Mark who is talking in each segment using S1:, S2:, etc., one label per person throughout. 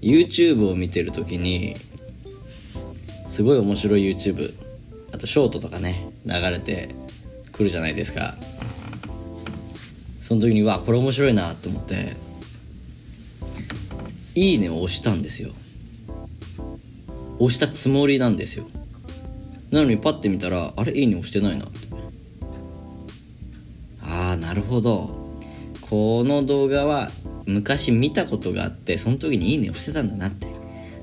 S1: YouTube を見てるときにすごい面白い YouTube あとショートとかね流れてくるじゃないですかその時にわこれ面白いなと思って「いいね」を押したんですよ押したつもりなんですよなのにパッて見たらあれ「いいね」押してないなってああなるほどこの動画は昔見たことがあってその時に「いいね」をしてたんだなって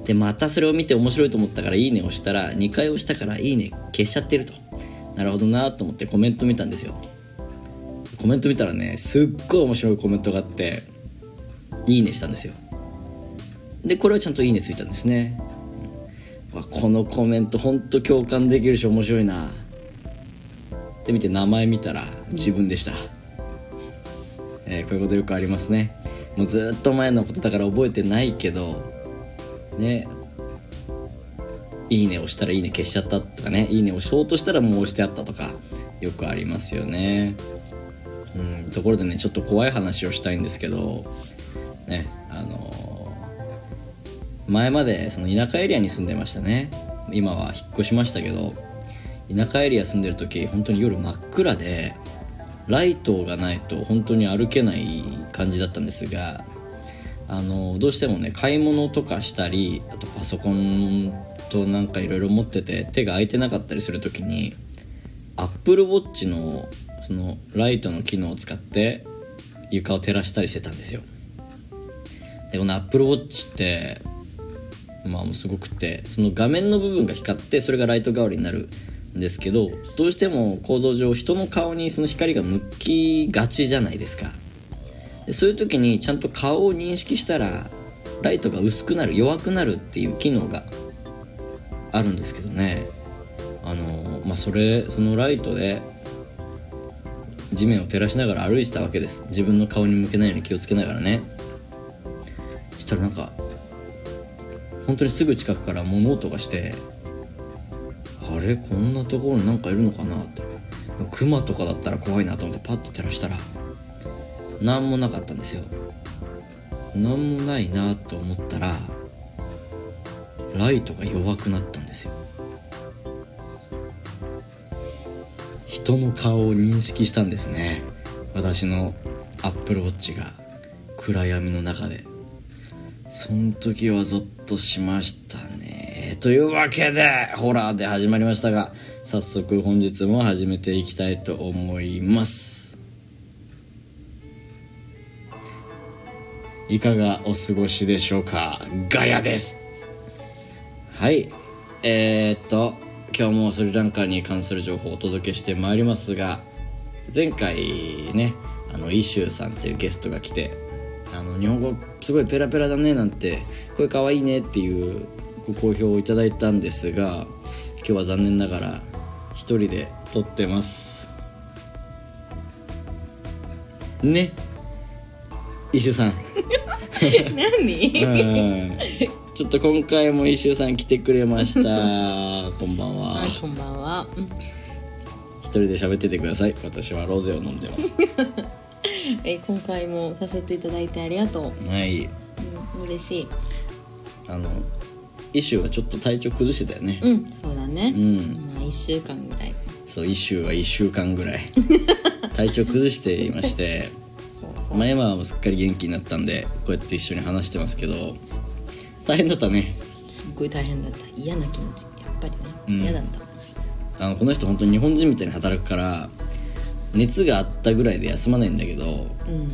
S1: でまたそれを見て面白いと思ったから「いいね」をしたら2回押したから「いいね」消しちゃってるとなるほどなと思ってコメント見たんですよコメント見たらねすっごい面白いコメントがあって「いいね」したんですよでこれはちゃんと「いいね」ついたんですねうんわこのコメントほんと共感できるし面白いなって見て名前見たら自分でした、えーこういうことよくありますねもうずっと前のことだから覚えてないけどねいいね押したらいいね消しちゃったとかねいいね押しようとしたらもう押してあったとかよくありますよねうんところでねちょっと怖い話をしたいんですけどねあのー前までその田舎エリアに住んでましたね今は引っ越しましたけど田舎エリア住んでる時本当に夜真っ暗でライトがないと本当に歩けない感じだったんですがあのどうしてもね買い物とかしたりあとパソコンとなんかいろいろ持ってて手が空いてなかったりする時に AppleWatch のそのライトの機能を使って床を照らしたりしてたんですよでこの AppleWatch ってまあもうすごくてその画面の部分が光ってそれがライト代わりになるんですけどどうしても構造上人の顔にその光が向きがちじゃないですかでそういう時にちゃんと顔を認識したらライトが薄くなる弱くなるっていう機能があるんですけどねあのまあそれそのライトで地面を照らしながら歩いてたわけです自分の顔に向けないように気をつけながらねそしたらなんか本当にすぐ近くから物音がしてあれこんなところになんかいるのかなってクマとかだったら怖いなと思ってパッて照らしたら何もなかったんですよ何もないなと思ったらライトが弱くなったんですよ人の顔を認識したんですね私のアップルウォッチが暗闇の中でその時はゾッとしましたね。というわけで、ホラーで始まりましたが、早速本日も始めていきたいと思います。いかがお過ごしでしょうかガヤですはい。えー、っと、今日もスリランカに関する情報をお届けしてまいりますが、前回ね、あの、イシューさんというゲストが来て、あの、日本語すごいペラペラだねなんて、声かわいいねっていうご好評をいただいたんですが、今日は残念ながら一人で撮ってます。ね。イシューさん。
S2: 何
S1: うんちょっと今回も石尾さん来てくれました こんばんは
S2: はい、こんばんは。うん
S1: 一人で喋っててください私はロゼを飲んでます
S2: えー、今回もさせていただいてありがとう。
S1: はい
S2: うん、嬉しい。
S1: あのイシューはちょっと体調崩してたよね、
S2: うん、そうだね。
S1: ん
S2: まあ一週間ぐらい。
S1: そうイシューは1週間ぐらい 体調崩していまして
S2: そうそう。
S1: まあ今はもうすっかり元気になったんでこうやって一緒に話してますけど大変だったね
S2: すっごい大変だった。嫌な気持ち。やっぱりね。
S1: ん
S2: 嫌だった。
S1: あのこの人本当に日本人みたいに働くから熱があったぐらいで休まないんだけど
S2: うん。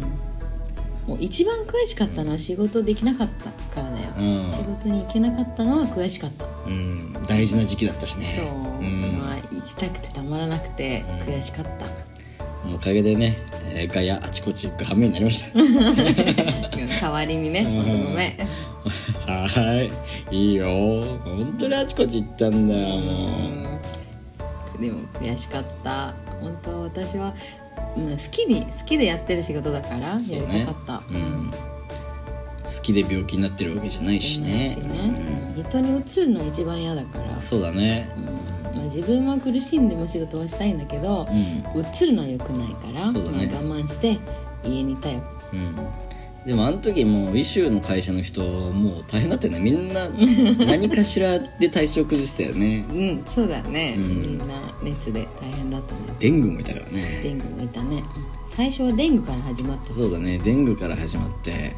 S2: もう一番悔しかったのは仕事できなかったからだよ。
S1: うん
S2: 仕事に行けなかったのは悔しかった。
S1: うん大事な時期だったしね
S2: そう。
S1: ん
S2: まあ行きたくてたまらなくて悔しかった。
S1: おかげでね、えーガヤあちこち行く羽目になりました
S2: うん代わりにね、
S1: ん
S2: 本当ごめん。
S1: はーいいいよ本当にあちこち行ったんだよもう
S2: でも悔しかった本当私は、うん好きに好きでやってる仕事だから、
S1: そう
S2: や
S1: ね
S2: りたかった、
S1: うん好きで病気になってるわけじゃないしね
S2: しね人に移るのが一番嫌だから、
S1: そうだね
S2: まあ、自分は苦しんでも仕事はしたいんだけど
S1: う、ん
S2: 移るのは良くないから、
S1: そうだね
S2: まあ、我慢して家にいたよ
S1: うんでもあの時もうイシューの会社の人もう大変だったよねみんな何かしらで体調崩したよ ね
S2: うんそうだね、
S1: うん
S2: みんな熱で大変だったね
S1: デングもいたからね
S2: デングもいたね最初はデングから始まった
S1: そうだねデングから始まって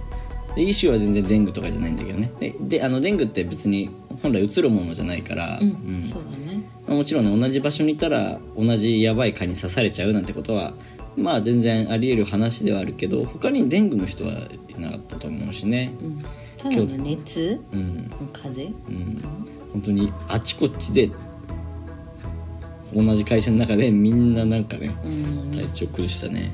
S1: でイシューは全然デングとかじゃないんだけどねでであのデングって別に本来うつるものじゃないから、
S2: うん、
S1: うん
S2: そうだね
S1: まあもちろんね同じ場所にいたら同じやばい蚊に刺されちゃうなんてことはまあ全然ありえる話ではあるけど他にデングの人はいなかったと思うしね
S2: うんただの熱
S1: うん
S2: の風邪
S1: うん本当にあちこちで同じ会社の中でみんななんかね
S2: うん
S1: 体調崩したね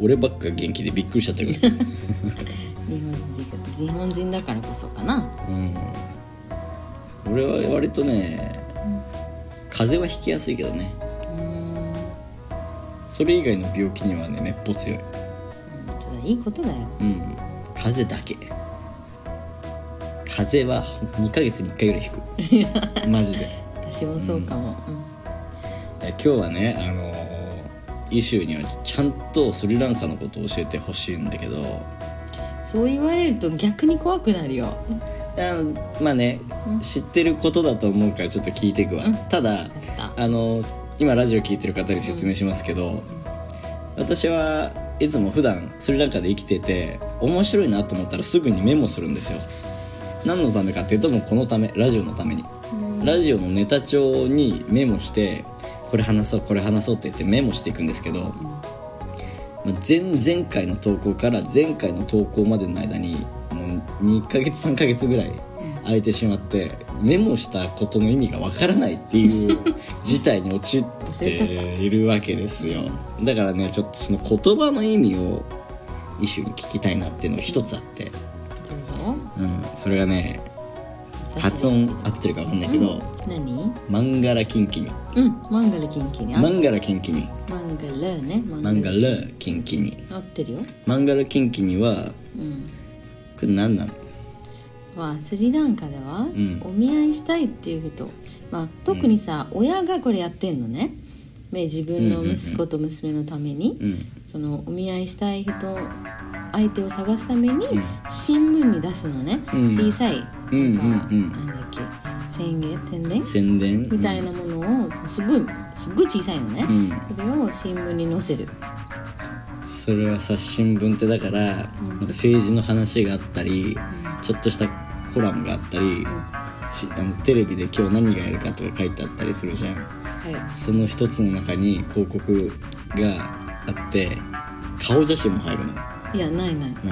S1: 俺ばっか元気でびっくりしちゃったけど
S2: 日本人で日本人だからこそかな
S1: うん俺は割とね風邪はひきやすいけどね
S2: うん
S1: それ以外の病気にはねめっぽう強い
S2: それいいことだよ
S1: うん風邪だけ風邪は2ヶ月に1回ぐらい引くマジで
S2: 私もそうかも、うん
S1: え今日はねあのーイシューにはちゃんとスリランカのことを教えてほしいんだけど
S2: そう言われると逆に怖くなるよ
S1: あまあね知ってることだと思うからちょっと聞いていくわ、ただ
S2: た
S1: あのー今ラジオ聞いてる方に説明しますけど、私はいつも普段スリランカで生きてて面白いなと思ったらすぐにメモするんですよ何のためかっていうともうこのためラジオのためにラジオのネタ帳にメモしてこれ話そうこれ話そうって言ってメモしていくんですけど、まあ前前回の投稿から前回の投稿までの間にもう2ヶ月3ヶ月ぐらい空いてしまってメモしたことの意味がわからないっていう事態に陥っているわけですよだからねちょっとその言葉の意味を一種に聞きたいなっていうのが一つあって、
S2: どうぞ
S1: うん、それがね
S2: 私
S1: 発音合ってるかわかんないけど、
S2: 何
S1: マンガラキンキニ
S2: うんマンガルキンキにあ
S1: マンガラキンキニ
S2: マンガルねマ
S1: マンガラキンキニ
S2: 合ってるよ
S1: マンガラキンキニは
S2: うん
S1: これ何なの
S2: まあスリランカでは、
S1: ん
S2: お見合いしたいっていう人、まあ、特にさ、親がこれやってんのねね自分の息子と娘のために、
S1: うん
S2: そのお見合いしたい人相手を探すために
S1: ん
S2: 新聞に出すのね、
S1: うん
S2: 小さいなんか、
S1: うんうんうん
S2: なんだっけ宣言宣伝
S1: 宣伝
S2: みたいなものをすごいすっごい小さいのね、
S1: うん
S2: それを新聞に載せる
S1: それはさ新聞ってだからなんか政治の話があったりちょっとしたコラムがあったりしあのテレビで今日何がやるかとか書いてあったりするじゃん
S2: は
S1: その一つの中に広告があって顔写真も入るの
S2: いいやないない、
S1: な
S2: うん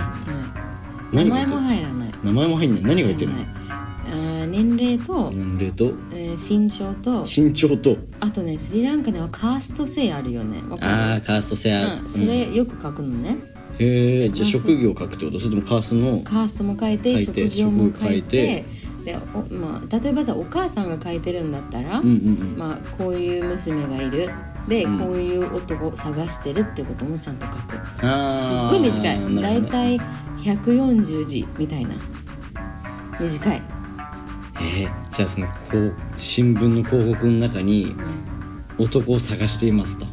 S2: 名
S1: 何が
S2: 前も入らない
S1: 名前も入んない何が入ってるの
S2: ないあー年齢と、
S1: 年齢と
S2: えー身長と
S1: 身長と
S2: あとねスリランカではカースト性あるよねわ
S1: あ
S2: か
S1: あカースト制
S2: る
S1: ある、
S2: うん、それよく書くのね、
S1: へえじゃあ
S2: カースト
S1: 職業書くってことそれともカーストの
S2: カーストも書いて
S1: 書いて
S2: 職業も書いて
S1: 職
S2: でお、まあ、例えばさお母さんが書いてるんだったら、
S1: うんうん
S2: まあ、こういう娘がいるで、
S1: ん
S2: こういう男を探してるってこともちゃんと書
S1: う
S2: く
S1: ん
S2: すっ
S1: あー
S2: ごい短
S1: なるほ
S2: い
S1: どね
S2: 大体140字みたいな短い
S1: えーじゃあそのこう新聞の広告の中に男を探していますと、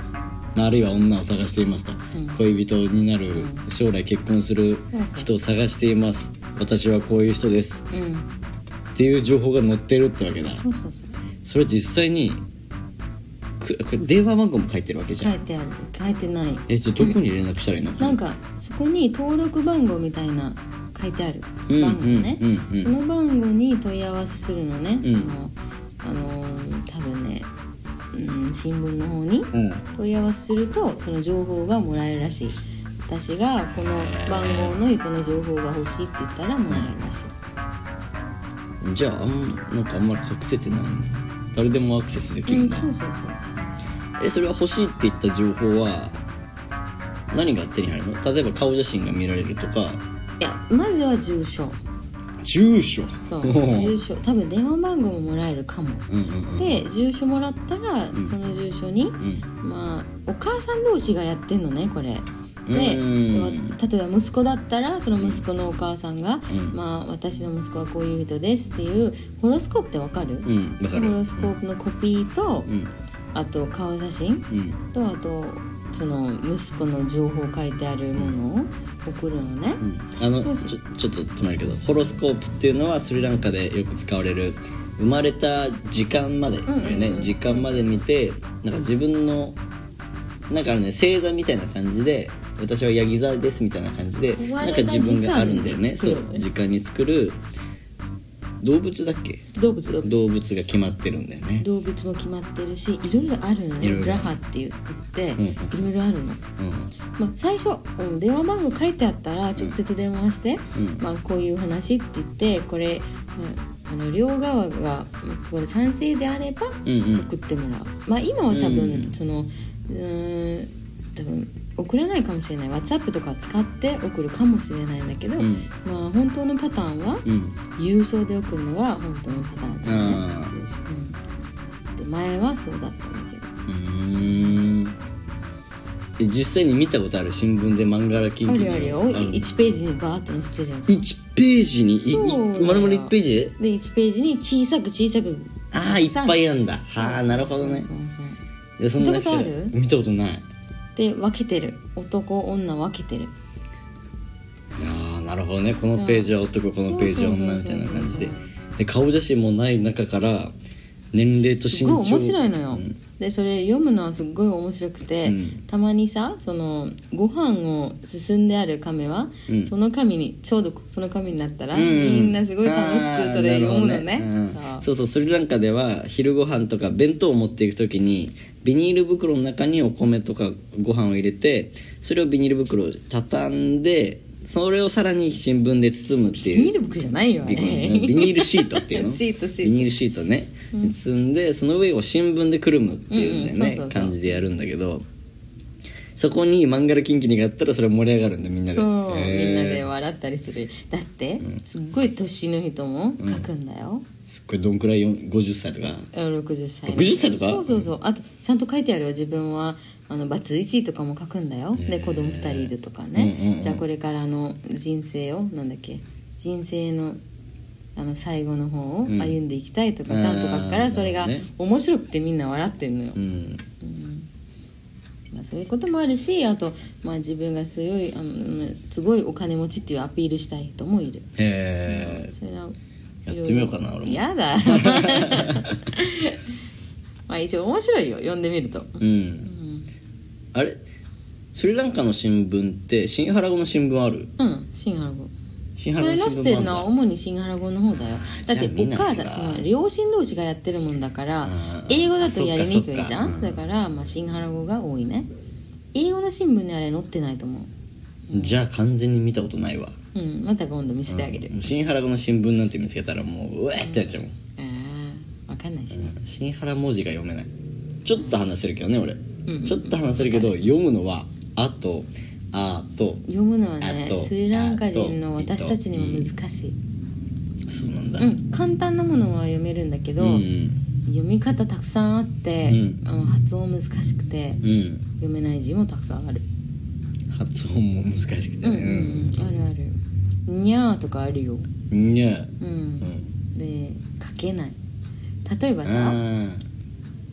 S1: まあ、あるいは女を探していますと、
S2: うん
S1: 恋人になる将来結婚する
S2: そうそう
S1: 人を探しています私はこういう人です
S2: うん
S1: っていう情報が載ってるってわけだ
S2: そうそうそう
S1: それ実際にくこれ電話番号も書いてるわけじゃん、
S2: 書いてある書いてない
S1: えじゃあどこに連絡したらいいの
S2: なんかそこに登録番号みたいな書いてある
S1: うん
S2: 番号ね、
S1: うんうんうん
S2: その番号に問い合わせするのね、
S1: うん
S2: そのあのー多分ね、うん、新聞の方に
S1: うん
S2: 問い合わせするとその情報がもらえるらしい私がこの番号の人の情報が欲しいって言ったらもらえるらしい、
S1: じゃああんなんかあんまり隠せてないんだ誰でもアクセスでき
S2: う
S1: る
S2: ん
S1: んだ、
S2: そうそうそう
S1: えそれは欲しいって言った情報は何が手に入るの例えば顔写真が見られるとか
S2: いやまずは住所
S1: 住所
S2: そ う
S1: ん
S2: 住所多分電話番号ももらえるかも
S1: うんうん
S2: で住所もらったら、その住所に、
S1: うん
S2: まあお母さん同士がやってんのねこれで
S1: うん
S2: まあ例えば息子だったらその息子のお母さんが「
S1: うん
S2: まあ、私の息子はこういう人です」っていうホロスコープってわかる、
S1: うんわかる
S2: ホロスコープのコピーと、
S1: うん
S2: あと顔写真
S1: うん
S2: とあとその息子の情報書いてあるものを送るのね、
S1: あの
S2: そう
S1: ちょちょっと止まるけどホロスコープっていうのはスリランカでよく使われる生まれた時間まで、
S2: んうんうん
S1: ね、時間まで見てなんか自分のなんかあのね星座みたいな感じで私はヤギ座ですみたいな感じで
S2: 生
S1: な
S2: ま
S1: ん
S2: れ
S1: か
S2: た
S1: 自分があるんだよね
S2: 時
S1: そ
S2: 間に作る
S1: う時間に作る動物だっけ
S2: 動物動物
S1: 動物が決まってるんだよね、
S2: 動物も決まってるしいろいろあるの
S1: い
S2: ね
S1: ろいろ
S2: グラハって言って、
S1: ん
S2: いろいろあるの、
S1: う
S2: まあ、最初、うん電話番号書いてあったら直接電話して、
S1: うん
S2: まあ、こういう話って言ってこれ、うんあの両側がうんこれ賛成であれば
S1: ん、うんうん
S2: 送ってもらう、まあ、今は多分、
S1: うん
S2: そのうーん多分送らないかもしれない WhatsApp とか使って送るかもしれないんだけど、
S1: うん
S2: まあ、本当のパターンは
S1: うん
S2: 郵送で送るのが本当のパターンだよ
S1: あ
S2: ね
S1: ー
S2: そうですうんで前はそうだったんだけど
S1: うーんえ実際に見たことある新聞で漫画らキン
S2: あ
S1: キン
S2: るあるよ1ページにバーッと載せてるやつ
S1: 1ページにいい
S2: そうだよ
S1: まるまる1ページで
S2: で1ページに小さく小さく
S1: ああいっぱいあんだはあなるほどね
S2: うんうん
S1: でそんな
S2: 見たことある
S1: 見たことない
S2: で分けてる男女分けてる
S1: ああなるほどねこのページは男このページは女みたいな感じでで顔写真もない中から年齢と
S2: す
S1: 身
S2: ごい
S1: 長
S2: 面白いのよ、
S1: うん
S2: でそれ読むのはすっごい面白くて、
S1: うん
S2: たまにさそのご飯を進んである亀は、
S1: うん
S2: その紙にちょうどその紙になったら、
S1: うんうん
S2: みんなすごい楽しくそれ読むのね
S1: あーなるほどねうんそ
S2: そう
S1: うそうスリランカでは昼ご飯とか弁当を持っていく時にビニール袋の中にお米とかご飯を入れてそれをビニール袋を畳んでそれをさらに新聞で包むって
S2: ビ
S1: いう
S2: ニール袋じゃないよ
S1: ビ
S2: ね
S1: ビニールシートっていうの
S2: シートシート
S1: ビニールシートね、積んでその上を新聞でくるむっていうんだよね、
S2: うんうんそうそうそう
S1: 感じでやるんだけどそこにマンガラキンキニがあったらそれ盛り上がるんだみんなで
S2: そう、
S1: へー
S2: みんなで笑ったりするだって、すっごい年の人も書くんだよ、
S1: すっごいどんくらいよん50歳とか
S2: 60歳の
S1: 60歳とか
S2: そうそうそうあとちゃんと書いてあるよ自分はあのバツイチとかも書くんだよ
S1: へ
S2: で
S1: ー
S2: 子供二2人いるとかね、
S1: うんうんうん
S2: じゃあこれからの人生をなんだっけ人生のあの最後の方を
S1: うん
S2: 歩んでいきたいとかちゃんと書くから、
S1: あー
S2: それが
S1: なるほ
S2: 面白くてみんな笑ってるのよ、
S1: うん
S2: まあ、そういうこともあるしあと、まあ、自分がすごいあのすごいお金持ちっていうアピールしたい人もいる
S1: へー
S2: それは
S1: やってみようかな俺も
S2: やだまあ一応面白いよ読んでみると
S1: うんあれスリランカの新聞って新原語の新聞ある
S2: うんシンハラ語
S1: 新
S2: そ
S1: 原語
S2: れ
S1: の
S2: 載
S1: 新
S2: せ
S1: 聞もあ
S2: てる
S1: ん
S2: のは
S1: だ
S2: 主にシンハラ語の方だよだっ
S1: じ
S2: て
S1: ゃあ見
S2: お
S1: ない
S2: 母さ
S1: か
S2: んうん両親同士がやってるもんだから
S1: あー
S2: 英語だとやりにくいじゃ
S1: あそっかそっかうん
S2: んだから、まあ、シンハラ語が多いね英語の新聞にあれ載ってないと思
S1: じゃあ完全に見たことないわ
S2: ううんまた今度見せてあげる、
S1: もう新原語の新聞なんて見つけたらもううわーってなっちゃうもん
S2: ああ分かんないしね
S1: 新原文字が読めないちょっと話せるけどね俺、
S2: ん
S1: ちょっと話せるけど読むのは「あ」と「あ」と
S2: 読むのは
S1: あ
S2: ね
S1: と
S2: スリランカ人の私たちにも難しい、
S1: そうなんだ
S2: うん、簡単なものは読めるんだけど、
S1: うん
S2: 読み方たくさんあって、
S1: うん
S2: あの発音難しくて
S1: うん
S2: 読めない字もたくさんある
S1: 発音も難しくて
S2: うんうん
S1: ね
S2: うんあるあるにゃーとかあるよ
S1: うんにゃ
S2: うん、
S1: うん
S2: で書けない例えばさ
S1: あ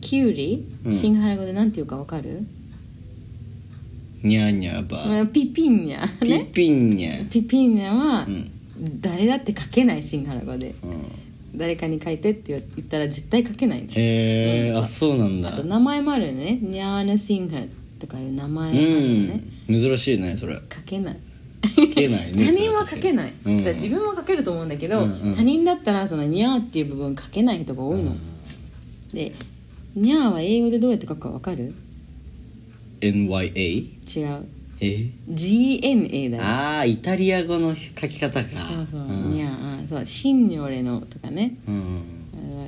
S2: キュウリ
S1: うん
S2: シンハラ語でなんて言うかわかる、
S1: ーにゃにゃば
S2: まあピピンニャ
S1: ピ
S2: ね
S1: ピンにゃ
S2: ピピンニャは
S1: うん
S2: 誰だって書けないシンハラ語で
S1: うん
S2: 誰かに書いてって言ったら絶対書けないの
S1: へえ
S2: うん
S1: あそうなん
S2: あ
S1: だ
S2: と名前もあるよね「ニャーナシンハ」とかいう名前
S1: う
S2: もあるよね
S1: ん、珍しいねそれ
S2: 書けない
S1: 書けないね
S2: 他人は書けない、
S1: うん
S2: だから自分も書けると思うんだけど、
S1: うんうん
S2: 他人だったらその「ニャー」っていう部分書けない人が多いの、で「ニャー」は英語でどうやって書くか分かる
S1: NYA
S2: 違う
S1: え
S2: GNA だよ
S1: ああイタリア語の書き方か
S2: そうそう「
S1: ん
S2: ニャー」あそう「シンニョレの」とかね
S1: うん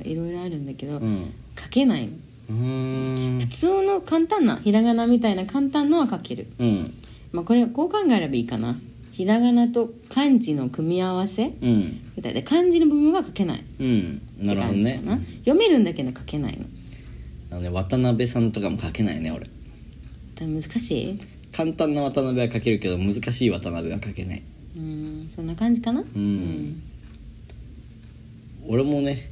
S2: あいろいろあるんだけど、
S1: うん
S2: 書けないの
S1: うん
S2: 普通の簡単なひらがなみたいな簡単のは書ける
S1: うん
S2: まあ、これこう考えればいいかなひらがなと漢字の組み合わせ
S1: うん
S2: みたいで漢字の部分が書けないって
S1: うんなるほど
S2: 感じか
S1: ね
S2: な読めるんだけど書けないの
S1: あのね渡辺さんとかも書けないね俺
S2: だ難しい
S1: 簡単な渡辺は書けるけど難しい渡辺は書けないう
S2: ーんそんな感じかな
S1: うん俺もね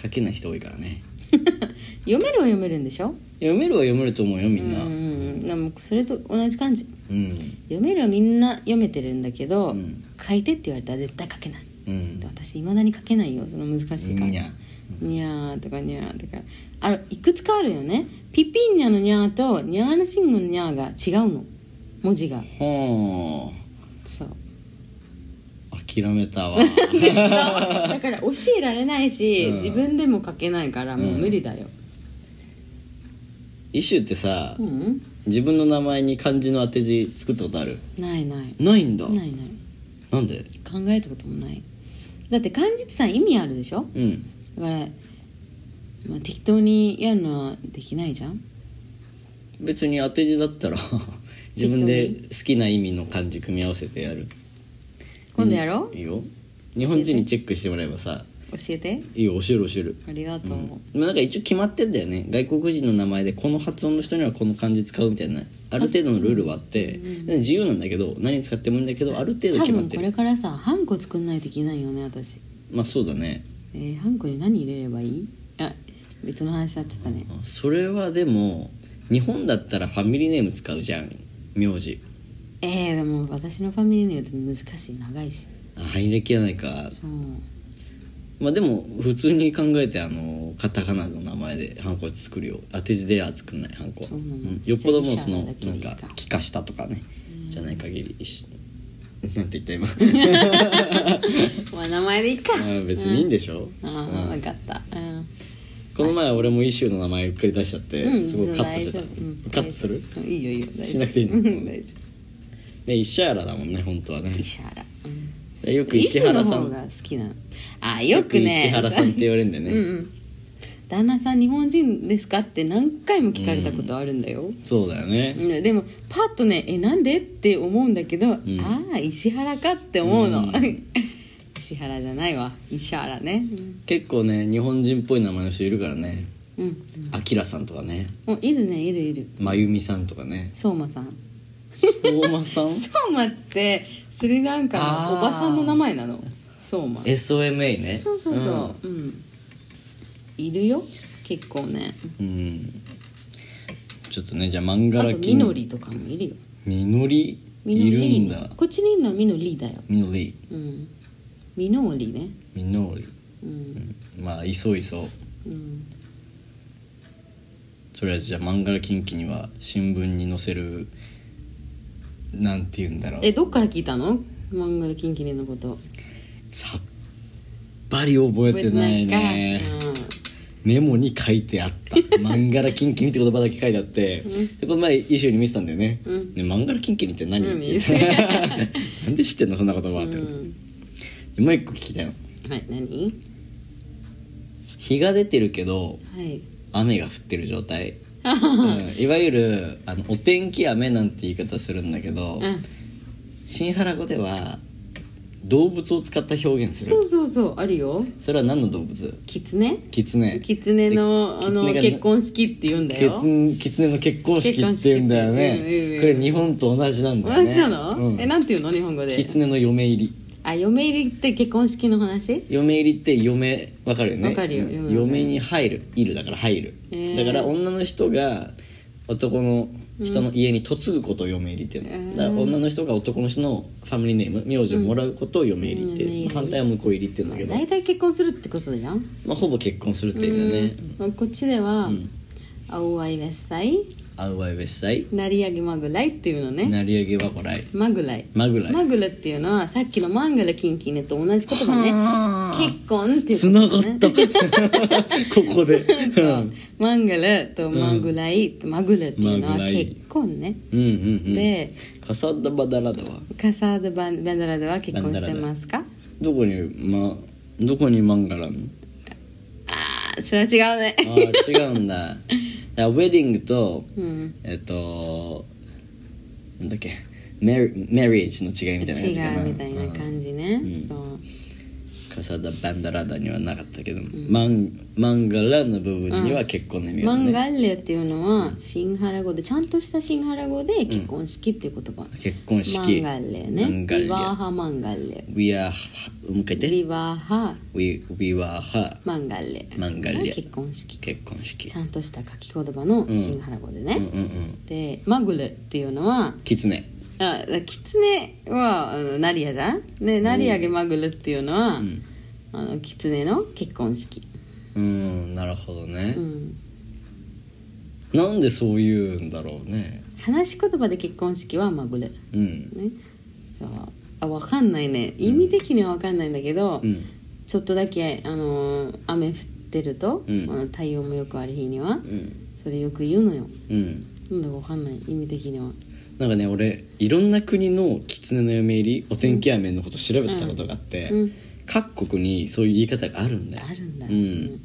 S1: 書けない人多いからね
S2: 読めるは読めるんでしょ
S1: 読めるは読めると思うよみ
S2: うん
S1: な
S2: うんでもそれと同じ感じ
S1: うん
S2: 読めるはみんな読めてるんだけど、
S1: うん
S2: 書いてって言われたら絶対書けない
S1: うん
S2: で私いまだに書けないよその難しいから
S1: にゃ
S2: にゃーとかにゃーとかあいくつかあるよねピピンニャのにゃーとニャーナシングのにゃーが違うの文字が
S1: ほ
S2: そう
S1: ー諦めた わ
S2: でしょだから教えられないし、
S1: うん
S2: 自分でも書けないからもう無理だよ、
S1: イシューってさ
S2: うん
S1: 自分の名前に漢字の当て字作ったことある
S2: ないない
S1: ないんだ
S2: ないない
S1: なんで
S2: 考えたこともないだって漢字ってさ意味あるでしょ
S1: うん
S2: だから、まあ、適当にやるのはできないじゃん
S1: 別に当て字だ ったら自分で好きな意味の漢字組み合わせてやる
S2: 今度やろう、
S1: いいよ日本人にチェックしてもらえばさ
S2: 教えて
S1: いいよ教える教える
S2: ありがとう、
S1: でもなんか一応決まってんだよね外国人の名前でこの発音の人にはこの漢字使うみたいなある程度のルールはあって自由なんだけど何使ってもいいんだけどある程度
S2: 多
S1: 決まっ
S2: 分
S1: て
S2: これ
S1: る
S2: からさハンコ作んないといけないよね私
S1: まあそうだね
S2: えー、ハンコに何入れればいいあ別の話になっちゃったね
S1: それはでも日本だったらファミリーネーム使うじゃん名字
S2: えー、でも私のファミリーネームって難しい長いし
S1: あ入れきらないか
S2: そう
S1: まあでも普通に考えてあのカタカナの名前でハンコ作るよ当て字では作んないハンコ
S2: そうなの
S1: んよっぽどもうその
S2: じゃ
S1: なん
S2: あ医者だけでいいか
S1: か気化したとかねじゃない限り一緒 なんて言った今
S2: まあ名前でいいか
S1: あ別にいいんでしょ、
S2: あ
S1: う
S2: あ
S1: ん
S2: 分かったうん
S1: この前俺もイシューの名前うっかり出しちゃって、
S2: うん
S1: すごいカットしてた、
S2: 大丈夫うん
S1: カットする
S2: うんいいよいいよ大丈夫
S1: しなくていいの
S2: うん大丈
S1: で石原だもんね本当はね
S2: 夫石原
S1: でよ
S2: う
S1: く
S2: ん
S1: 石原さ
S2: 石の方
S1: ん
S2: が好きなのあよくね
S1: 石原さんって言われるんだよね、
S2: うんうん旦那さん日本人ですかって何回も聞かれたことあるんだよ、
S1: そうだよね、
S2: うんでもパッとね「えなんで?」って思うんだけど、ああ石原かって思うの、
S1: うん
S2: 石原じゃないわ石原ね
S1: 結構ね日本人っぽい名前の人いるからね
S2: うん、うん
S1: あきらさんとかね
S2: おいるねいるいる
S1: まゆみさんとかね
S2: 相馬さん
S1: 相馬さん
S2: 相馬ってスリランカのおばさんの名前なの相馬
S1: SOMA ね
S2: そうそうそううん、いるよ結構ね
S1: うん、うんちょっとねじゃあ漫画
S2: あと
S1: だ
S2: みのりとかもいるよ
S1: みのり
S2: みの
S1: い
S2: り
S1: るんだ
S2: こっちにいるのはみのりだよ
S1: みのり
S2: うんみのりね
S1: みのり
S2: うん、
S1: まあいそういそう
S2: うん
S1: とりあえずじゃあ漫画近畿には新聞に載せるなんて言うんだろう
S2: えどっから聞いたの漫画のキンキネのこと
S1: さっぱり覚えてないね
S2: 覚えてないか
S1: メモに書いてあ った「漫画らキンキニ」って言葉だけ書いてあって、でこの前イシューに見せたんだよね「
S2: うん
S1: ね漫画らキンキニって何?」って
S2: 何
S1: 言って「 なんで知ってんのそんな言葉」って
S2: う
S1: 思って、
S2: ん、
S1: もう一個聞きたいの
S2: うん、はい何
S1: 日が出てるけど
S2: はい
S1: 雨が降ってる状 態、うんいわゆるあのお天気雨なんて言い方するんだけど、
S2: うん
S1: 新原語では動物を使った表現す
S2: そ
S1: る
S2: うそうそうあるよ
S1: それは何の動物
S2: キツネ
S1: キツネ
S2: キツネの
S1: で
S2: あの
S1: キツネが
S2: 結婚式って言うんだ
S1: キ
S2: よ
S1: ツンキツネの結婚式って言うんだよね
S2: 結婚式ってうんうんうん
S1: これ日本と同じなんだよね
S2: 同じなの、
S1: うん
S2: えなんていうの日本語で
S1: キツネの嫁入り
S2: あ嫁入りって結婚式の話
S1: 嫁入りって嫁わかるよね
S2: わかるよ
S1: うん
S2: 嫁わかる
S1: 嫁に入るいるだから入る、
S2: へー
S1: だから女の人が男の人の家に嫁ぐことを嫁入りっていうの、
S2: うん
S1: だから女の人が男の人のファミリーネーム名字をもらうことを嫁入りっていう、
S2: うん
S1: まあ反対は向こう入りっていうんだけど、
S2: 大体結婚するってことじゃん
S1: まあ、ほぼ結婚するっていうんだね、
S2: うんこっちでは
S1: ん
S2: 「あおあいめっさい
S1: アウアイウェッサイ
S2: 成り上げまぐらい」っていうのね
S1: 成り上げはこらい
S2: まぐらい
S1: マグライ
S2: マグラっていうのはさっきのマンガラキンキネと同じ言
S1: は
S2: 葉
S1: あ
S2: ね結婚っていう
S1: つながったここで
S2: こと
S1: う
S2: ねマンガラとマグライとマグラっていうの
S1: マ
S2: は
S1: グライ
S2: 結婚ね
S1: うんうんうん
S2: で
S1: カサダバダラダは
S2: カサードバンベンダラでは結婚してますか
S1: どこにまどこにマンガラの
S2: あーそれは違うね
S1: ああ違うん だだウェディングと、
S2: うん
S1: えっとなんだっけメリメリエージの違いみたいな
S2: 違
S1: やつかな
S2: うみたいな感じねそう
S1: うんカサダバンダラダにはなかったけど、マンマンガラの部分には結婚の意味が
S2: マ
S1: ある
S2: ン
S1: ね、
S2: ガッレっていうのはシンハラ語でちゃんとしたシンハラ語で結婚式っていう言葉、
S1: 結婚式
S2: マンガッレね
S1: マンガッレ
S2: ビワーハマンガッレ
S1: We are もう一回言って
S2: ビワーハ
S1: We, we were her
S2: マンガッレ
S1: マンガッレ
S2: 結婚式
S1: 結婚式
S2: ちゃんとした書き言葉のシンハラ語でね、
S1: うんうんうん
S2: でマグレっていうのは
S1: 狐
S2: あキツネはあのナリアじゃんねナリアゲマグルっていうのは、
S1: ん
S2: あのキツネの結婚式、
S1: うんなるほどね
S2: う、ん、
S1: なんでそう言うんだろうね
S2: 話し言葉で結婚式はマグル、ね、
S1: うん
S2: そうあ分かんないね意味的には分かんないんだけど、
S1: うん
S2: ちょっとだけ、あのー雨降ってると、
S1: うん
S2: あの太陽もよくある日に
S1: う
S2: は、
S1: ん
S2: それよく言うのよ
S1: うん
S2: なんだか分かんない意味的には
S1: なんかね俺いろんな国の狐の嫁入りお天気雨のこと調べたことがあって、
S2: うん
S1: 各国にそういう言い方があるんだよ
S2: あるんだ
S1: うん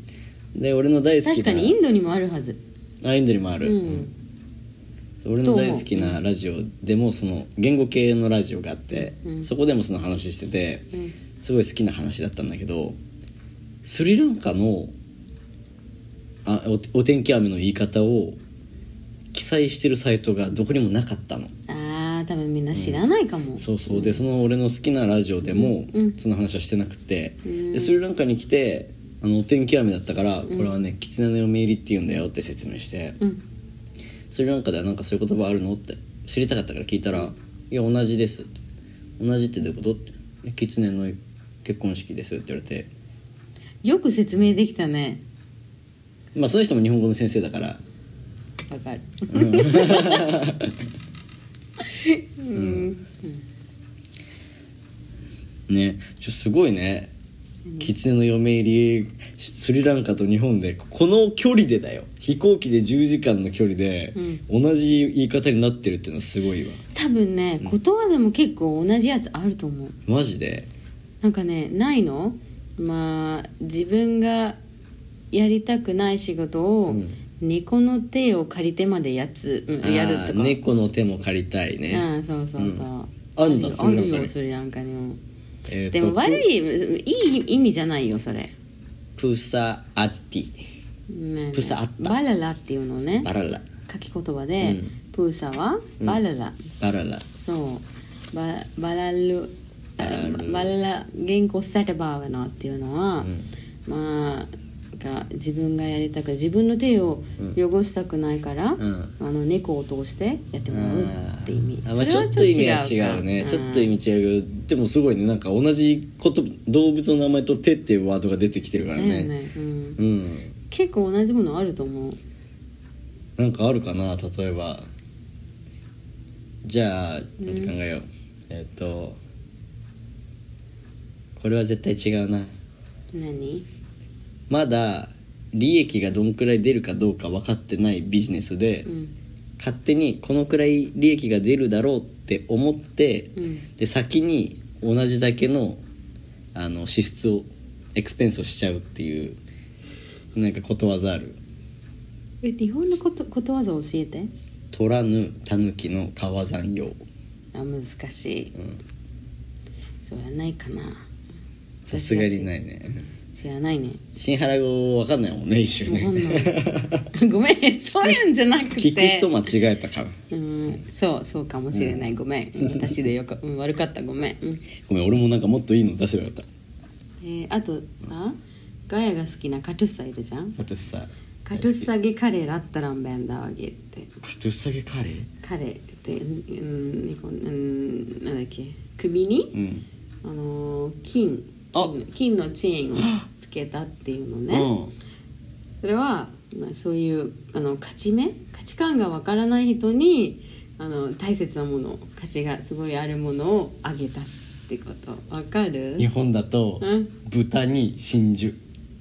S1: で俺の大好きな
S2: 確かにインドにもあるはず
S1: あインドにもある、
S2: うん
S1: そう俺の大好きなラジオでもその言語系のラジオがあって、
S2: うん
S1: そこでもその話してて、
S2: うん
S1: すごい好きな話だったんだけどスリランカのあおお天気雨の言い方を記載してるサイトがどこにもなかったの
S2: あー多分みんな知らないかも、
S1: そうそうでその俺の好きなラジオでも
S2: うん
S1: その話はしてなくて、
S2: うん
S1: でスリランカに来てあのお天気雨だったからこれはね狐の嫁入りって言うんだよって説明して、
S2: うん
S1: スリランカではなんかそういう言葉あるのって知りたかったから聞いたら「いや同じです」って「同じってどういうこと?」っていや「狐の結婚式です」って言われて
S2: よく説明できたね
S1: まあその人も日本語の先生だから
S2: わかる
S1: ねちょすごいね狐の嫁入りしスリランカと日本でここの距離でだよ飛行機で10時間の距離で同じ言い方になってるっていうのはすごいわ
S2: 多分ねことわざも結構同じやつあると思う
S1: マジで
S2: なんかねないのまあ自分がやりたくない仕事を、
S1: うん
S2: 猫の手を借りてまでやつ、うんやると
S1: あー
S2: か、
S1: 猫の手も借りたいね、
S2: うんそうそうそう、
S1: あんだス
S2: あ
S1: リランカ
S2: る
S1: に
S2: よスリランカにも
S1: えー
S2: で
S1: と
S2: も悪いいい意味じゃないよそれ、
S1: ププサアッティ
S2: ね
S1: プサあった
S2: バララっていうのね
S1: バララ
S2: 書き言葉で、
S1: うん
S2: プーサはバララ、
S1: バララ
S2: そうババラルあバララ言語セレバーなっていうのは、
S1: ん
S2: まあが自分がやりたく自分の手を汚したくないから、
S1: ん
S2: あの猫を通してやってもらうって意味
S1: あー
S2: そ
S1: まあ、
S2: れ
S1: ちょ
S2: は
S1: っと意味が
S2: か
S1: 違うね、
S2: ん
S1: ちょっと意味違うけどでもすごいねなんか同じこと動物の名前と「手」っていうワードが出てきてるから
S2: だよ
S1: ね
S2: ね、うん、
S1: うん
S2: 結構同じものあると思う
S1: なんかあるかな例えばじゃあなんて考えよう、えっとこれは絶対違うな
S2: 何
S1: まだ利益がどんくらい出るかどうか分かってないビジネスで、
S2: うん
S1: 勝手にこのくらい利益が出るだろうって思って、
S2: うん
S1: で先に同じだけのあの支出をエクスペンスをしちゃうっていうなんかことわざある
S2: え日本のことことわざ教えて
S1: 「取らぬ狸の川山用
S2: あ難しい、
S1: ん
S2: それはないかな」
S1: さすがにないね
S2: 知らないね
S1: 新原語分かんないもんね一瞬
S2: わかん
S1: ね
S2: ない ごめんそういうんじゃなくて
S1: 聞く人間違えたかな
S2: うんそうそうかもしれない、ごめん私でよか、うん、悪かったごめん、うん
S1: ごめん俺もなんかもっといいの出せばよかっ
S2: えーあとさガヤが好きなカトゥッサいるじゃん
S1: た私さ
S2: カトゥッサゲカレーラッタランベンダーゲって
S1: カトゥッサゲカレー
S2: カレーってうんうんこううんなんだっけ首に、
S1: うん
S2: あのー金
S1: あ
S2: 金金のチェーンをつけたっていうのね、それは、まあ、そういうあの勝ち目価値観がわからない人にあの大切なもの価値がすごいあるものをあげたってことわか
S1: う
S2: る
S1: ん、日本だと
S2: うん
S1: 豚に真珠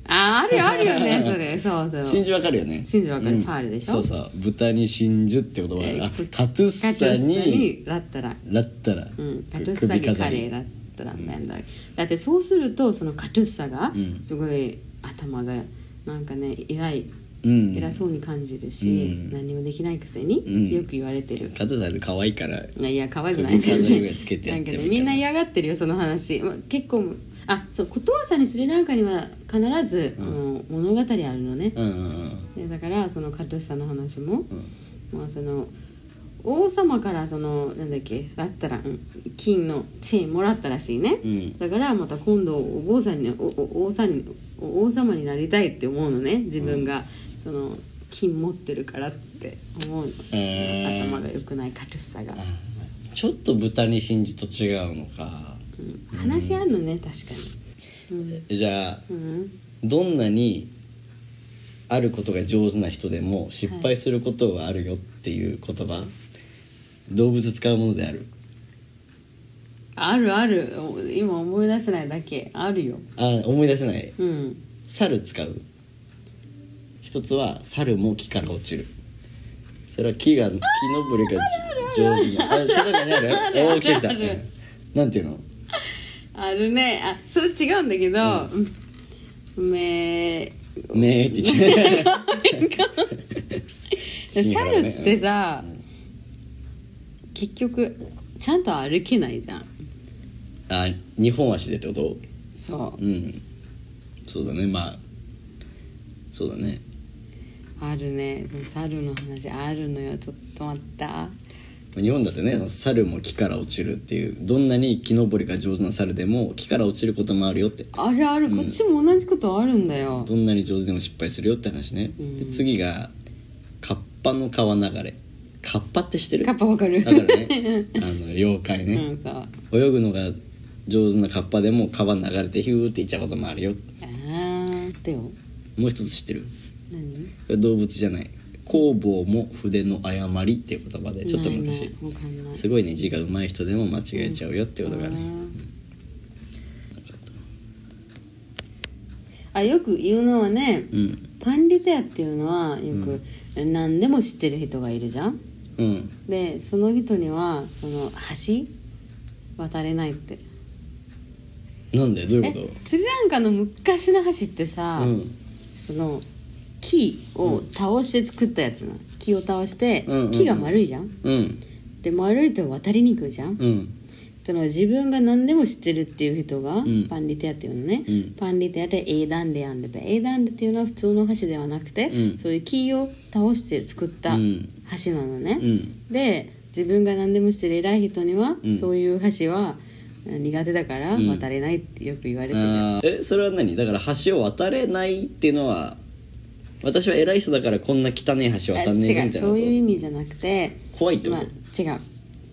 S2: ああるよあるよねそれそうそう
S1: 真珠わかるよね
S2: 真珠わかる
S1: うん
S2: パールでしょ
S1: そうそう豚に真珠って言葉があ
S2: えー
S1: カトゥッサに
S2: ラッタラ
S1: ラッタラ
S2: うん、カトゥッサにカレーだったらなんだ、だってそうするとそのカトゥッサが
S1: うん
S2: すごい頭がなんかね偉い
S1: うん
S2: 偉そうに感じるし、
S1: うん
S2: 何にもできないくせに、
S1: うん
S2: よく言われてる
S1: 加藤さん可愛いから
S2: いや可愛くないですよ
S1: 首飾りぐ
S2: ね
S1: らいつけてや
S2: な
S1: っ
S2: ん
S1: て
S2: か
S1: みたいな
S2: ねみんな嫌がってるよその話まあ結構あそうことわざにスリランカには必ず、
S1: うん
S2: あの物語あるのね、
S1: うんうん
S2: でだからそのカトシさんの話も、
S1: うん
S2: まあ、その王様からそのなんだっけだったらん金のチェーンもらったらしいね、
S1: うん
S2: だからまた今度お坊さんにおお王さんにお王様になりたいって思うのね自分がその金持ってるからって思うの、
S1: へー
S2: 頭が良くないカトシさが、
S1: ちょっと豚に真珠と違うのか
S2: うん、話あるのね確かに
S1: じゃあ
S2: うん、うん
S1: どんなにあることが上手な人でも失敗することはあるよっていう言葉、動物使うものである
S2: あるあるお今思い出せないだけあるよ
S1: あ思い出せない
S2: うん
S1: 猿使う一つは猿も木から落ちるそれは木が木登りがじ上手なあそれが ねあるおー来てきた
S2: あるある
S1: なんていうの
S2: あるねあそれ違うんだけど、うん、め
S1: ねえって言っちゃ う死柄
S2: 猿
S1: ね
S2: ってさ、結局ちゃんと歩けないじゃん
S1: あ二本足でってこと
S2: そう
S1: うんそうだねまあそうだね
S2: あるね猿の話あるのよちょっと待った
S1: 日本だとね猿も木から落ちるっていうどんなに木登りが上手な猿でも木から落ちることもあるよって
S2: あるあるこっちも同じことあるんだよ、
S1: どんなに上手でも失敗するよって話ね、
S2: うん
S1: で次が「カッパの川流れ」カッパって知ってる
S2: カッパわかる
S1: だからねあの妖怪
S2: う
S1: ね
S2: ん、そうあ
S1: 泳ぐのが上手なカッパでも川流れてヒューっていっちゃうこともあるよ
S2: ーってよ
S1: もう一つ知ってる
S2: 何
S1: これ動物じゃない工房も筆の誤りっていう言葉でちょっと難しい
S2: ないないわかんない
S1: すごいね字が上手い人でも間違えちゃうよってことがね、
S2: あーあよく言うのはね、
S1: うん
S2: パンリテアっていうのはよく何でも知ってる人がいるじゃん
S1: うん
S2: でその人にはその橋渡れないって
S1: なんでどうい
S2: え
S1: うこ
S2: スリランカの昔の橋ってさ、
S1: とうん
S2: その木を倒して作ったやつなの木を倒して、
S1: うんうんうん
S2: 木が丸いじゃん
S1: うん
S2: で丸いと渡りにくいじゃん、
S1: うん
S2: その自分が何でも知ってるっていう人が、
S1: ん
S2: パンリテアっていうのね、
S1: うん
S2: パンリテアでエイダンレアンレベエイダンレっていうのは普通の橋ではなくて、
S1: うん
S2: そういう木を倒して作った
S1: うん
S2: 橋なのね、
S1: うん
S2: で自分が何でも知ってる偉い人には、
S1: うん
S2: そういう橋は苦手だから
S1: ん
S2: 渡れないってよく言われてる、
S1: あーえそれは何だから橋を渡れないっていうのは私は偉い人だからこんな汚い橋
S2: あ
S1: 渡んねえぞみ
S2: 違う
S1: たいな
S2: そういう意味じゃなくて
S1: 怖いってこ
S2: まあ
S1: と、
S2: 違う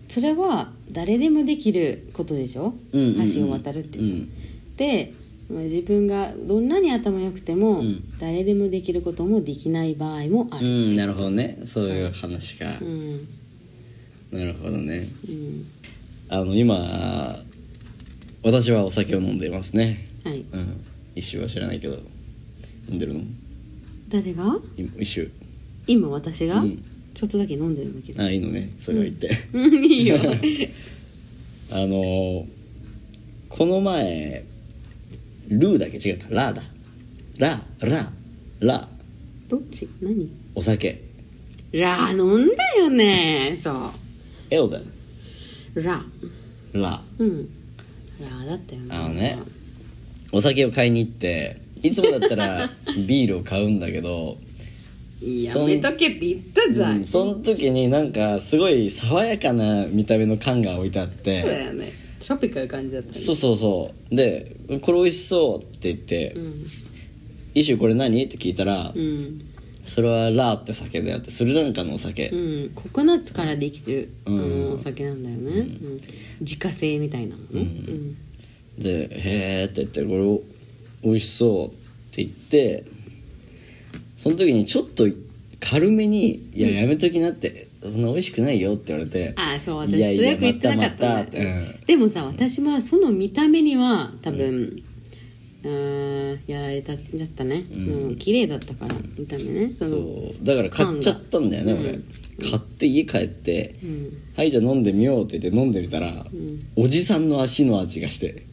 S2: それは誰でもできることでしょ、
S1: うんうんうん
S2: 橋を渡るっていううのは、
S1: ん
S2: でまあ自分がどんなに頭良くても、
S1: うん
S2: 誰でもできることもできない場合もあ
S1: う
S2: る、
S1: んなるほどねそういう話か、
S2: うん
S1: なるほどね
S2: うん
S1: あの今私はお酒を飲んでいますね
S2: はい
S1: うん一周は知らないけど飲んでるの
S2: 誰が
S1: 今一周
S2: 今私が、
S1: うん
S2: ちょっとだけ飲んでるんだけど
S1: あいいのねそれを言って、
S2: うんいいよ
S1: あのーこの前ルーだけ違うかラーだラーラーラー
S2: どっち何
S1: お酒
S2: ラ飲んだよねそ
S1: エルダ
S2: うラ
S1: ラ
S2: うんラだったよね
S1: あのねお酒を買いに行っていつもだった らビールを買うんだけど
S2: や
S1: そん
S2: めとけって言ったじゃん、
S1: うんその時になんかすごい爽やかな見た目の缶が置いてあっ
S2: そうだ
S1: て
S2: よねトロピカル感じだったね
S1: そうそうそうで「これ美味しそう」って言って
S2: うん
S1: 「イシュこれ何?」って聞いたら
S2: うん
S1: 「それはラーって酒だよ」ってスリランカのお酒
S2: うん、ココナッツからできてる、
S1: うん
S2: あのお酒なんだよね、うん自家製みたいなのね、うん
S1: で「へえ」って言って「これお美味しそう」って言ってその時にちょっと軽めに「いややめときな」って「そんな美味しくないよ」って言われて
S2: ああそう
S1: いや
S2: 私
S1: い
S2: そ
S1: や
S2: れよく言ってなかった
S1: またまたってうん
S2: でもさ私はその見た目には多分、うーん、やられただったね、うん、綺麗だったから見た目ねその
S1: そうだから買っちゃったんだよね俺、買って家帰って「
S2: ん
S1: はいじゃあ飲んでみよう」って言って飲んでみたら、おじさんの足の味がして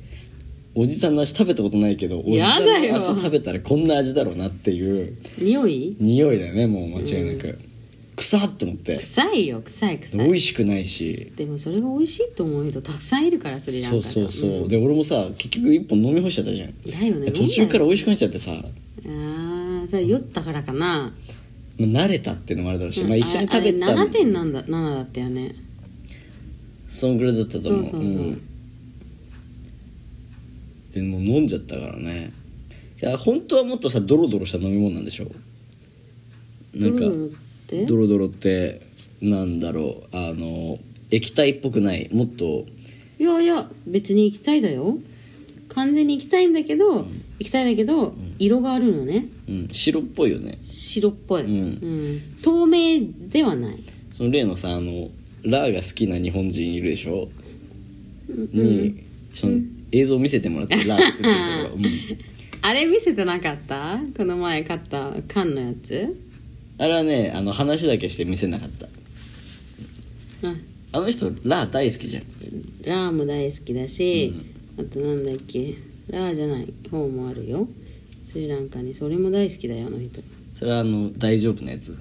S1: おじさんの足食べたことないけどおじさん
S2: やだ
S1: の
S2: よ
S1: 足食べたらこんな味だろうなっていう
S2: 匂い
S1: 匂いだよねもう間違いなく、臭っと思って
S2: 臭いよ臭い臭
S1: 美
S2: い
S1: 味しくないし
S2: でもそれが美味しいと思う人たくさんいるからスリランカ
S1: そう
S2: に
S1: そうそう、
S2: ん
S1: で俺もさ結局一本飲み干しちゃったじゃん
S2: だよね
S1: 途中から
S2: 飲んだよ
S1: 美味しくなっちゃってさ
S2: ああそれ酔ったからかな
S1: まあ慣れたっていうのもあるだろうし、まあ、一緒に食べて
S2: あ
S1: た
S2: れあれ7点なんだ7だったよね
S1: そんぐらいだったと思う、
S2: そうそうそうん
S1: でもう飲んじゃったからねいや本当はもっとさドロドロした飲み物なんでしょなんか
S2: ドロドロって
S1: ドロドロってなんだろうあの液体っぽくないもっと
S2: いやいや別に液体だよ完全に液体んだけど、液体だけど、色があるのね
S1: うん、白っぽいよね
S2: 白っぽい、
S1: う
S2: うん透明ではない
S1: その例のさあのラーが好きな日本人いるでしょ、にその映像見せてもらってラー作ってるところ、うん
S2: あれ見せてなかったこの前買った缶のやつ
S1: あれはねあの話だけして見せなかった
S2: あ
S1: あの人ラー大好きじゃん
S2: ラーも大好きだし、あとなんだっけラーじゃない方もあるよスリランカにそれも大好きだよあの人
S1: それはあの大丈夫なやつ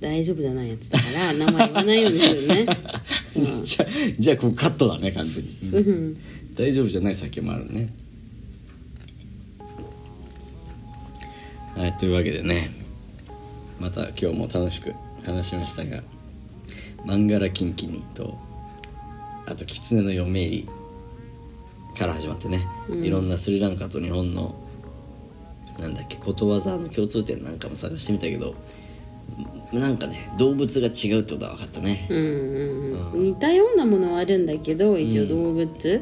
S2: 大丈夫じゃないやつだから名前言わないようにす るね
S1: じゃじゃあこうカットだね完全に、
S2: うん
S1: 大丈夫じゃない酒もあるねはいというわけでねまた今日も楽しく話しましたが「マンガラキンキニ」とあと「狐の嫁入り」から始まってね、いろんなスリランカと日本のなんだっけことわざの共通点なんかも探してみたけどなんかね動物が違うってことは分かったね、
S2: うんうんうん、似たようなものはあるんだけど一応動物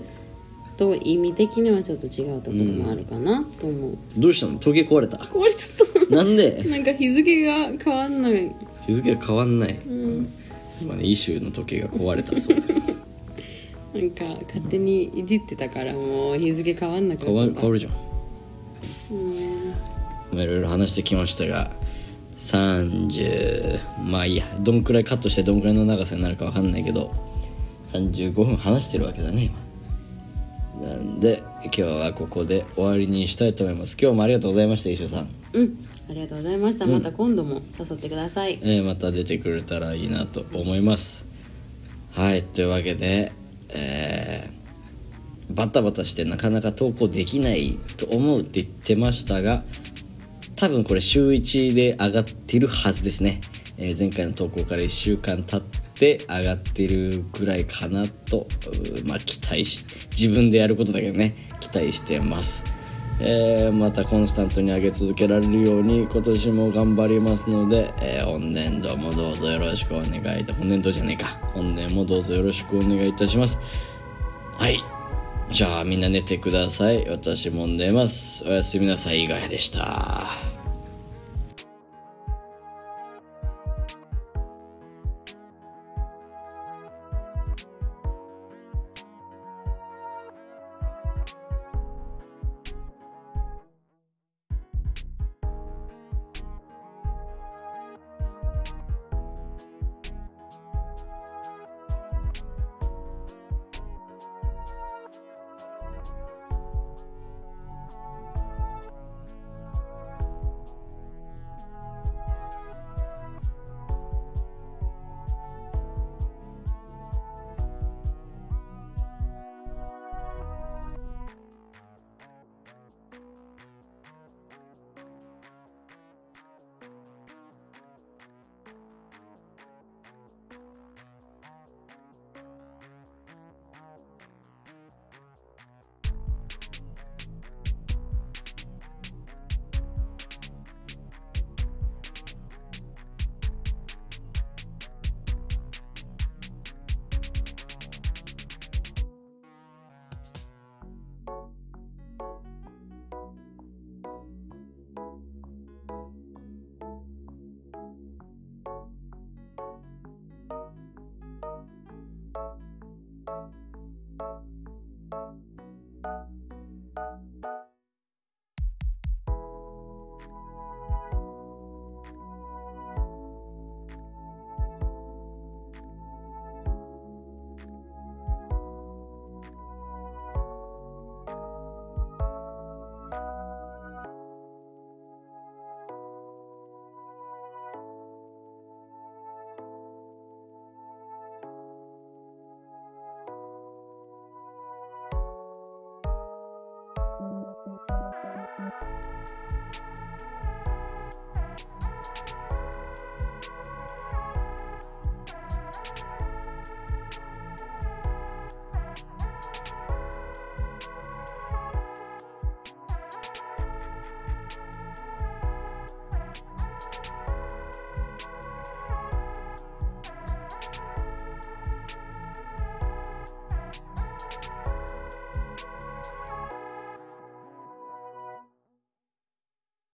S2: と意味的にはちょっと違うところもあるかなと思う、
S1: どうしたの時計壊れた
S2: これちょっ
S1: なんで
S2: となんか日付が変わんない
S1: 日付は変わんない、まあね、イシューの時計が壊れたそうで
S2: なんか勝手にいじってたからもう日付変わんなく
S1: 変
S2: な
S1: わ
S2: っ
S1: る
S2: ちゃった
S1: 変わるじゃん、まあ、いろいろ話してきましたが30まあいいやどんくらいカットしてどんくらいの長さになるかわかんないけど35分話してるわけだね今なんで今日はここで終わりにしたいと思います今日もありがとうございましたイシューさん、
S2: うんありがとうございましたまた今度も誘ってください、
S1: えーまた出てくれたらいいなと思いますはいというわけで、えーバタバタしてなかなか投稿できないと思うって言ってましたが多分これ週1で上がってるはずですね、えー前回の投稿から1週間経って上がってるぐらいかなとうーまあ期待し自分でやることだけどね期待してます、えーまたコンスタントに上げ続けられるように今年も頑張りますので、えー本年度もどうぞよろしくお願いいた本年度じゃねえか本年もどうぞよろしくお願いいたしますはいじゃあみんな寝てください私も寝ますおやすみなさいいがやでした